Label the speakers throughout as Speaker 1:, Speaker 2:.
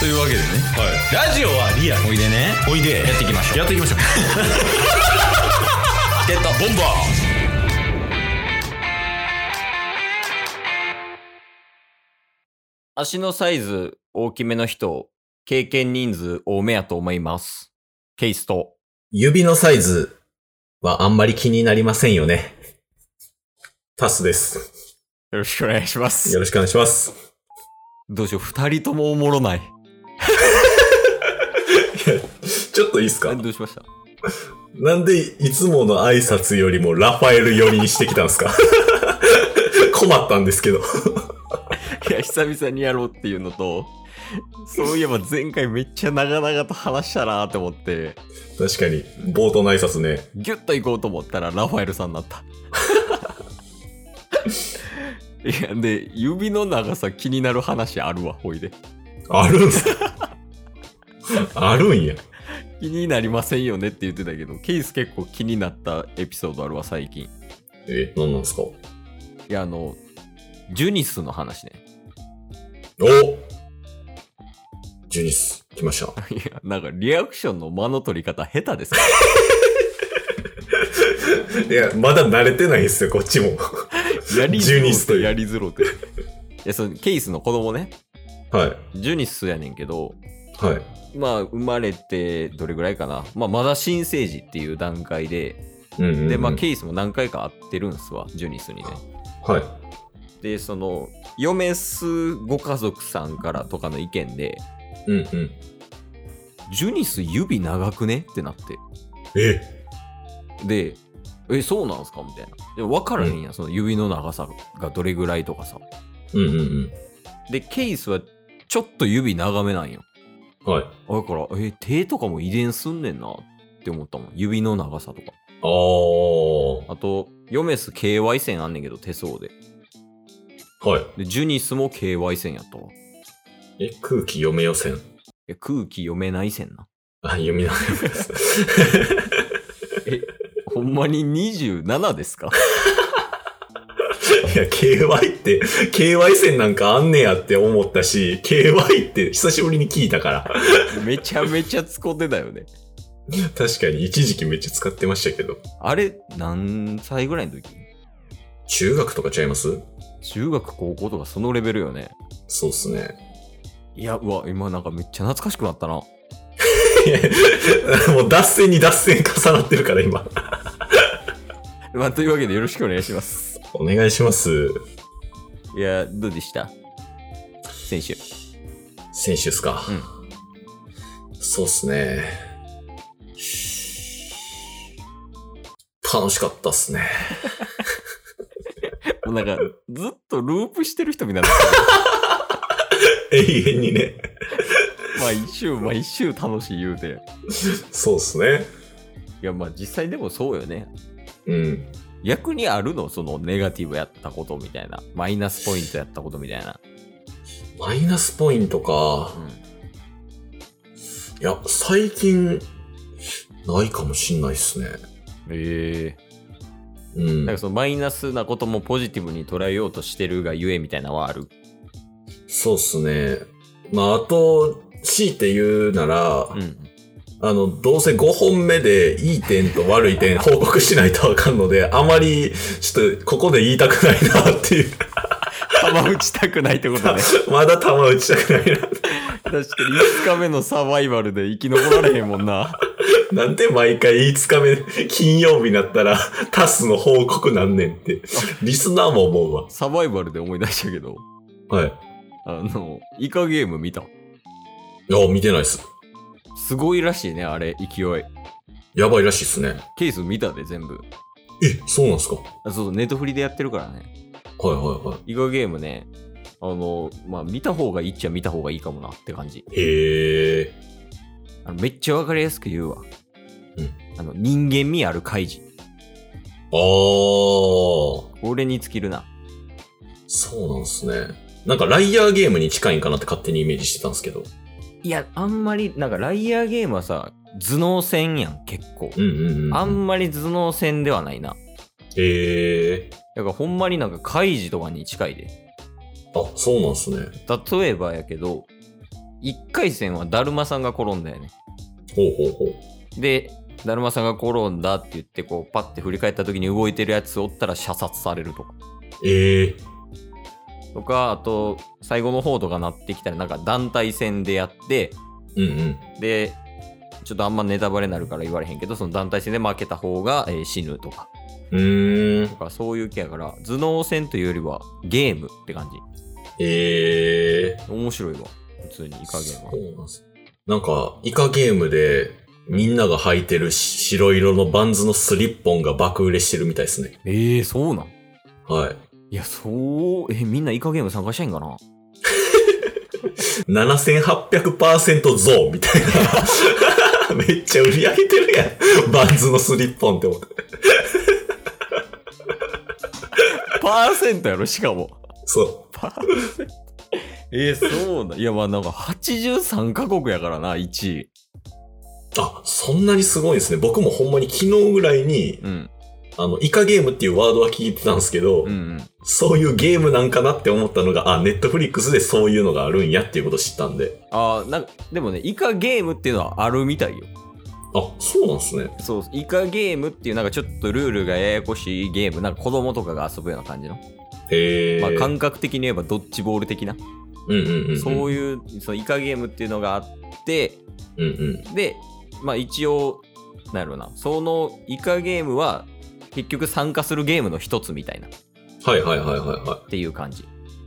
Speaker 1: というわけでね
Speaker 2: はい。ラジオはリアル。
Speaker 1: おいでね
Speaker 2: おいで。
Speaker 1: やっていきましょう
Speaker 2: やっていきましょう。
Speaker 1: ゲットボンバ
Speaker 3: 足のサイズ大きめの人、経験人数多めやと思います。ケイスト。
Speaker 4: 指のサイズはあんまり気になりませんよね。タスです。
Speaker 3: よろしくお願いします。
Speaker 4: よろしくお願いします。
Speaker 3: どうしよう、二人ともおもろない。
Speaker 4: ちょっといいです
Speaker 3: あ
Speaker 4: か
Speaker 3: どうしました
Speaker 4: なんでいつもの挨拶よりもラファエル寄りにしてきたんですか 困ったんですけど。
Speaker 3: いや、久々にやろうっていうのと、そういえば前回めっちゃ長々と話したなと思って、
Speaker 4: 確かに、冒頭の挨拶ね。
Speaker 3: ギュッと行こうと思ったらラファエルさんになった。いや、で、指の長さ気になる話あるわ、ほいで。
Speaker 4: あるんす あるんや。
Speaker 3: 気になりませんよねって言ってたけど、ケイス結構気になったエピソードあるわ、最近。
Speaker 4: え、何なんですかお
Speaker 3: いや、あの、ジュニスの話ね。
Speaker 4: ジュニス、来ました。
Speaker 3: いや、なんかリアクションの間の取り方下手ですね。
Speaker 4: いや、まだ慣れてないんすよ、こっちも。
Speaker 3: やり
Speaker 4: ジ
Speaker 3: づ
Speaker 4: ュ
Speaker 3: ろ
Speaker 4: ニ
Speaker 3: う
Speaker 4: スという
Speaker 3: て、やりづろうて。いや、そのケイスの子供ね、
Speaker 4: はい。
Speaker 3: ジュニスやねんけど、
Speaker 4: はい。
Speaker 3: まあ、生まれてどれぐらいかな。まあ、まだ新生児っていう段階で、
Speaker 4: うんうんうん
Speaker 3: で、まあ、ケイスも何回か会ってるんすわ、ジュニスにね。
Speaker 4: はい。
Speaker 3: で、その、嫁すご家族さんからとかの意見で、
Speaker 4: うんうん。
Speaker 3: ジュニス指長くねってなって。
Speaker 4: え
Speaker 3: で、え、そうなんすかみたいな。でも分からへんやん、その指の長さがどれぐらいとかさ。
Speaker 4: うんうんうん。
Speaker 3: で、ケースはちょっと指長めなんよ。
Speaker 4: はい。
Speaker 3: だから、え、手とかも遺伝すんねんなって思ったもん。指の長さとか。
Speaker 4: あー。
Speaker 3: あと、ヨメス KY 線あんねんけど、手相で。
Speaker 4: はい。
Speaker 3: で、ジュニスも KY 線やったわ。
Speaker 4: え、空気読め予選。
Speaker 3: え、空気読めない線な。
Speaker 4: あ、読みながらです。
Speaker 3: ほんまに27ですか
Speaker 4: いや、KY って、KY 線なんかあんねやって思ったし、KY って久しぶりに聞いたから。
Speaker 3: めちゃめちゃ使ってたよね。
Speaker 4: 確かに一時期めっちゃ使ってましたけど。
Speaker 3: あれ、何歳ぐらいの時
Speaker 4: 中学とかちゃいます
Speaker 3: 中学、高校とかそのレベルよね。
Speaker 4: そうっすね。
Speaker 3: いや、うわ、今なんかめっちゃ懐かしくなったな。
Speaker 4: いや もう脱線に脱線重なってるから今。
Speaker 3: まあ、というわけでよろしくお願いします。
Speaker 4: お願いします。
Speaker 3: いや、どうでした選手。
Speaker 4: 選手っすか。
Speaker 3: うん
Speaker 4: そうっすね。楽しかったっすね。
Speaker 3: もうなんか、ずっとループしてる人みたいな。
Speaker 4: 永遠にね。
Speaker 3: 毎週毎週楽しい言うて。
Speaker 4: そうっすね。
Speaker 3: いや、まあ実際でもそうよね。
Speaker 4: うん。
Speaker 3: 逆にあるのそのネガティブやったことみたいな。マイナスポイントやったことみたいな。
Speaker 4: マイナスポイントか
Speaker 3: う。ん。
Speaker 4: いや、最近、ないかもしんないっすね。
Speaker 3: ええ
Speaker 4: うん
Speaker 3: なんか。そのマイナスなこともポジティブに捉えようとしてるがゆえみたいなのはある。
Speaker 4: そうっすね。まあ、あと、強いて言うなら、
Speaker 3: うん。
Speaker 4: あの、どうせ5本目でいい点と悪い点報告しないとあかんので、あまり、ちょっと、ここで言いたくないなっていう。
Speaker 3: 球打ちたくないってこと ね。
Speaker 4: まだ球打ちたくない
Speaker 3: 確かに5日目のサバイバルで生き残られへんもんな。
Speaker 4: な。なんで毎回5日目、金曜日になったら、タスの報告なんねんって、リスナーも思うわ。
Speaker 3: サバイバルで思い出したけど、
Speaker 4: はい。
Speaker 3: あの、イカゲーム見た。
Speaker 4: いや、見てないっす。
Speaker 3: すごいらしいね、あれ、勢い。
Speaker 4: やばいらしいっすね。
Speaker 3: ケース見たで、全部。
Speaker 4: え、そうなんすか
Speaker 3: あそうそう、ネットフリでやってるからね。
Speaker 4: はいは
Speaker 3: イカゲームね、あの、まあ、見た方がいいっちゃ見た方がいいかもなって感じ。
Speaker 4: いはい。へえ。
Speaker 3: あのめっちゃわかりやすく言うわ。
Speaker 4: うん
Speaker 3: あの、人間味ある開示。
Speaker 4: あー。
Speaker 3: 俺に尽きるな。
Speaker 4: そうなんすね。なんか、ライアーゲームに近いんかなって勝手にイメージしてたんですけど。
Speaker 3: いや、あんまり、なんか、ライアーゲームはさ、頭脳戦やん、結構。
Speaker 4: うんうんうんうん。
Speaker 3: あんまり頭脳戦ではないな。
Speaker 4: へえ。
Speaker 3: だから、ほんまになんか、開示とかに近いで。
Speaker 4: あ、そうなんすね。
Speaker 3: 例えばやけど、 1回戦はだるまさんが転んだよね。
Speaker 4: ほうほうほう。
Speaker 3: で、だるまさんが転んだって言って、こう、パッて振り返った時に動いてるやつおったら射殺されるとか。
Speaker 4: ええ
Speaker 3: とか、あと、最後の方とかなってきたら、なんか団体戦でやって、
Speaker 4: うんうん。
Speaker 3: で、ちょっとあんまネタバレになるから言われへんけど、その団体戦で負けた方が、えー死ぬとか、
Speaker 4: うーん
Speaker 3: と。かそういう系やから、頭脳戦というよりはゲームって感じ。
Speaker 4: ええ
Speaker 3: 面白いわ。普通にイカゲームは
Speaker 4: そ。うなんすなんか、イカゲームで、みんなが履いてる白色のバンズのスリッポンが爆売れしてるみたいですね。
Speaker 3: ええー、そうなん
Speaker 4: はい。
Speaker 3: いや、そう、え、みんなイカゲーム参加したいんかな
Speaker 4: 7800%増みたいな。 めっちゃ売り上げてるやん。バンズのスリッポンって思って。
Speaker 3: パーセントやろ、しかも。
Speaker 4: そ
Speaker 3: パーセント。えー、そうなんいや、まあなんか83カ国やからな、1位。
Speaker 4: う。あ、そんなにすごいんですね。僕もほんまに昨日ぐらいに、
Speaker 3: うん。
Speaker 4: あの、イカゲームっていうワードは聞いてたんですけど、
Speaker 3: うんうん。
Speaker 4: そういうゲームなんかなって思ったのが、あ、ネットフリックスでそういうのがあるんやっていうことを知ったんで。
Speaker 3: ああ、なんか、でもね、イカゲームっていうのはあるみたいよ。
Speaker 4: あ、そうなんですね。
Speaker 3: そう、イカゲームっていうなんかちょっとルールがややこしいゲーム、なんか子供とかが遊ぶような感じの。
Speaker 4: へえ。
Speaker 3: まあ感覚的に言えばドッジボール的な。
Speaker 4: うんうんうんうん。
Speaker 3: そういう、そのイカゲームっていうのがあって、
Speaker 4: うんうん。
Speaker 3: で、まあ一応、なんやろうな、そのイカゲームは結局参加するゲームの一つみたいなっ
Speaker 4: はいはいはいはいはい。
Speaker 3: ていう感じ。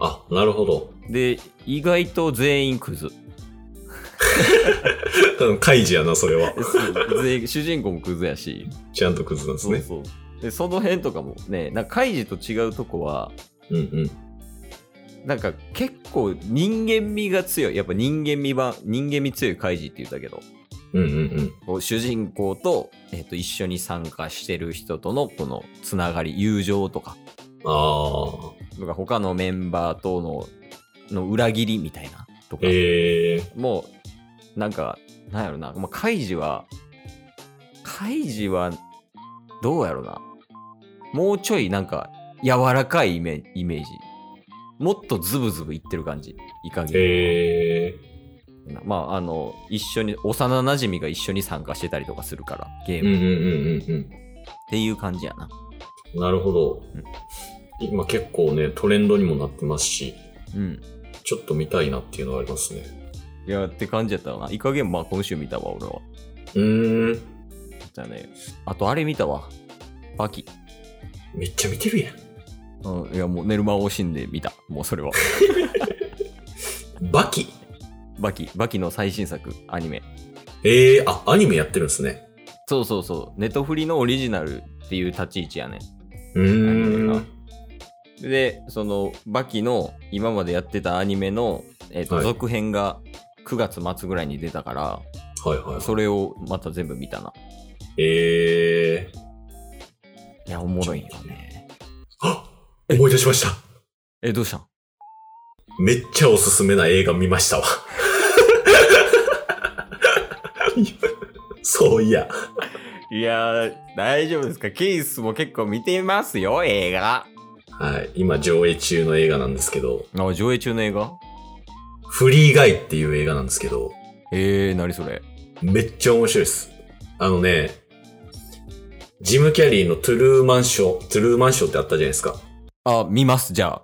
Speaker 4: あ、なるほど。
Speaker 3: で、意外と全員クズ。
Speaker 4: うんカイジやな、それは。
Speaker 3: そう全員主人公もクズやし。
Speaker 4: ちゃんとクズなんです
Speaker 3: そう
Speaker 4: ね。
Speaker 3: そう。で、その辺とかもね、なんかカイジと違うとこは、
Speaker 4: うんうん。
Speaker 3: なんか結構人間味が強い。やっぱ人間味版、人間味強いカイジって言ったけど、
Speaker 4: うんうん
Speaker 3: こう主人公と,、えっと一緒に参加してる人とのこのつながり、友情とか、
Speaker 4: うん。ああ。
Speaker 3: なんか他のメンバーとのの裏切りみたいなとか、
Speaker 4: ええ
Speaker 3: もうなんかなんやろな、まあ、カイジはカイジはどうやろなもうちょいなんか柔らかいイメイメージもっとズブズブいってる感じいか
Speaker 4: ー。
Speaker 3: げ
Speaker 4: え
Speaker 3: まああの一緒に幼なじみが一緒に参加してたりとかするからゲー
Speaker 4: えうん
Speaker 3: ム
Speaker 4: う
Speaker 3: っ
Speaker 4: んうんうん
Speaker 3: ていう感じやな
Speaker 4: うん。なるほど
Speaker 3: うん。
Speaker 4: 今結構ね、トレンドにもなってますし、
Speaker 3: うん
Speaker 4: ちょっと見たいなっていうのはありますね。
Speaker 3: いやって感じやったよなイカゲームまあ今週見たわ俺は
Speaker 4: うーん。
Speaker 3: だねあとあれ見たわバキ
Speaker 4: めっちゃ見てるや
Speaker 3: うん、いやもう寝る間を惜しんで見た。もうそれは。
Speaker 4: ん。バキ。
Speaker 3: バキ、バキの最新作、アニメ。
Speaker 4: ええあ、アニメやってるんですね。
Speaker 3: そうそうそう。ネトフリのオリジナルっていう立ち位置やね。
Speaker 4: うーん。
Speaker 3: で、その、バキの今までやってたアニメの、えーと
Speaker 4: はい
Speaker 3: 続編が9月末ぐらいに出たから、
Speaker 4: はいはい。
Speaker 3: それをまた全部見たな。
Speaker 4: ええ
Speaker 3: いや、おもろいよね。
Speaker 4: あ思い出しました。
Speaker 3: え、どうしたん
Speaker 4: めっちゃおすすめな映画見ましたわ。 そういや。
Speaker 3: いや大丈夫ですかケースも結構見てますよ、映画。
Speaker 4: はい。今上映中の映画なんですけど、
Speaker 3: あ、上映中の映画
Speaker 4: フリーガイっていう映画なんですけど、
Speaker 3: えー、何それ。
Speaker 4: めっちゃ面白いです。あのね、ジム・キャリーのトゥルーマンショー、トゥルーマンショーってあったじゃないですか。
Speaker 3: あ、見ます、じゃあ。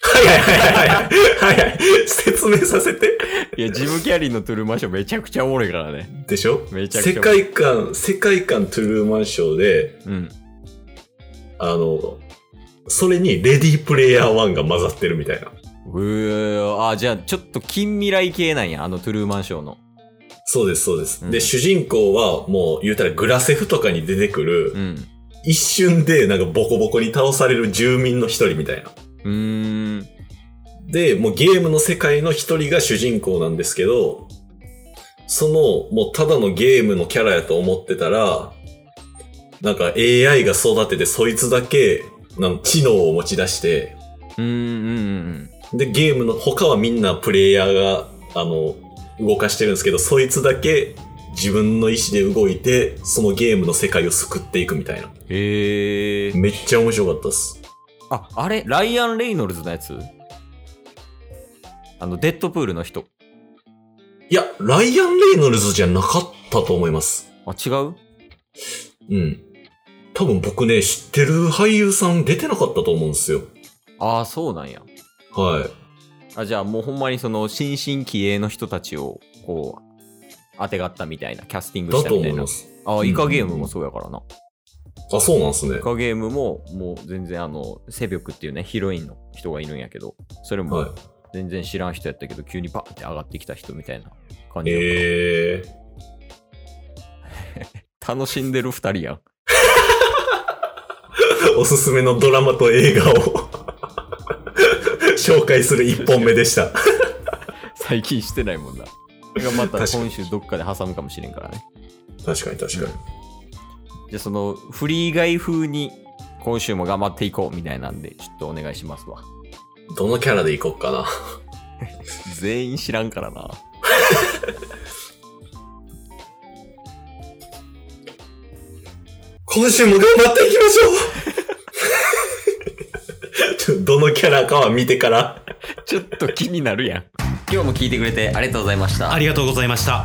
Speaker 4: はいはいはいはいはい。はいはい。説明させて。
Speaker 3: いや、ジム・キャリーのトゥルーマンションめちゃくちゃおもろいからね。
Speaker 4: でしょ
Speaker 3: めちゃくちゃ
Speaker 4: 世界観、世界観トゥルーマンショーで、
Speaker 3: うん。
Speaker 4: あの、それにレディープレイヤー1が混ざってるみたいな。
Speaker 3: うーあ、じゃあちょっと近未来系なんや、あのトゥルーマンションの。
Speaker 4: そうです、そうです。
Speaker 3: うん
Speaker 4: で、主人公はもう言うたらグラセフとかに出てくる、
Speaker 3: うん。
Speaker 4: 一瞬でなんかボコボコに倒される住民の一人みたいな。
Speaker 3: うーん。
Speaker 4: で、もうゲームの世界の一人が主人公なんですけど、その、もうただのゲームのキャラやと思ってたら、なんか AI が育ててそいつだけ、なんか知能を持ち出して、
Speaker 3: うんうんうん
Speaker 4: で、ゲームの他はみんなプレイヤーが、あの、動かしてるんですけど、そいつだけ自分の意思で動いて、そのゲームの世界を救っていくみたいな。
Speaker 3: うん。へえ。
Speaker 4: めっちゃ面白かったです。
Speaker 3: あ、あれライアン・レイノルズのやつあの、デッドプールの人。
Speaker 4: いや、ライアン・レイノルズじゃなかったと思います。
Speaker 3: あ、違う
Speaker 4: うん。多分僕ね、知ってる俳優さん出てなかったと思うんですよ。
Speaker 3: ああ、そうなんや。
Speaker 4: はい。
Speaker 3: あ、じゃあもうほんまにその、新進気鋭の人たちを、こう、当てがったみたいな、キャスティング
Speaker 4: だ
Speaker 3: した
Speaker 4: と
Speaker 3: み
Speaker 4: 思
Speaker 3: た
Speaker 4: い
Speaker 3: いな
Speaker 4: ま。す。
Speaker 3: ああ、イカゲームもそうやからな。
Speaker 4: あ、そうなんですね
Speaker 3: イ。カゲームも、もう全然あの、セビョクっていうね、ヒロインの人がいるんやけど、それ
Speaker 4: はい
Speaker 3: も。全然知らん人やったけど、急にパーンって上がってきた人みたいな感じやから
Speaker 4: えー。
Speaker 3: 楽しんでる二人やん。
Speaker 4: おすすめのドラマと映画を 紹介する一本目でした。
Speaker 3: 最近してないもんな。がまた
Speaker 4: 確かに
Speaker 3: 今週どっかで挟むかもしれんからね。
Speaker 4: 確かに確かに。
Speaker 3: じゃあそのフリー以外風に今週も頑張っていこうみたいなんでちょっとお願いしますわ。
Speaker 4: どのキャラでいこうかな。
Speaker 3: 全員知らんからな。
Speaker 4: 今週も頑張っていきましょうちょ どのキャラかは見てから。
Speaker 3: ちょっと気になるやん。今日も聞いてくれてありがとうございました。
Speaker 2: ありがとうございました。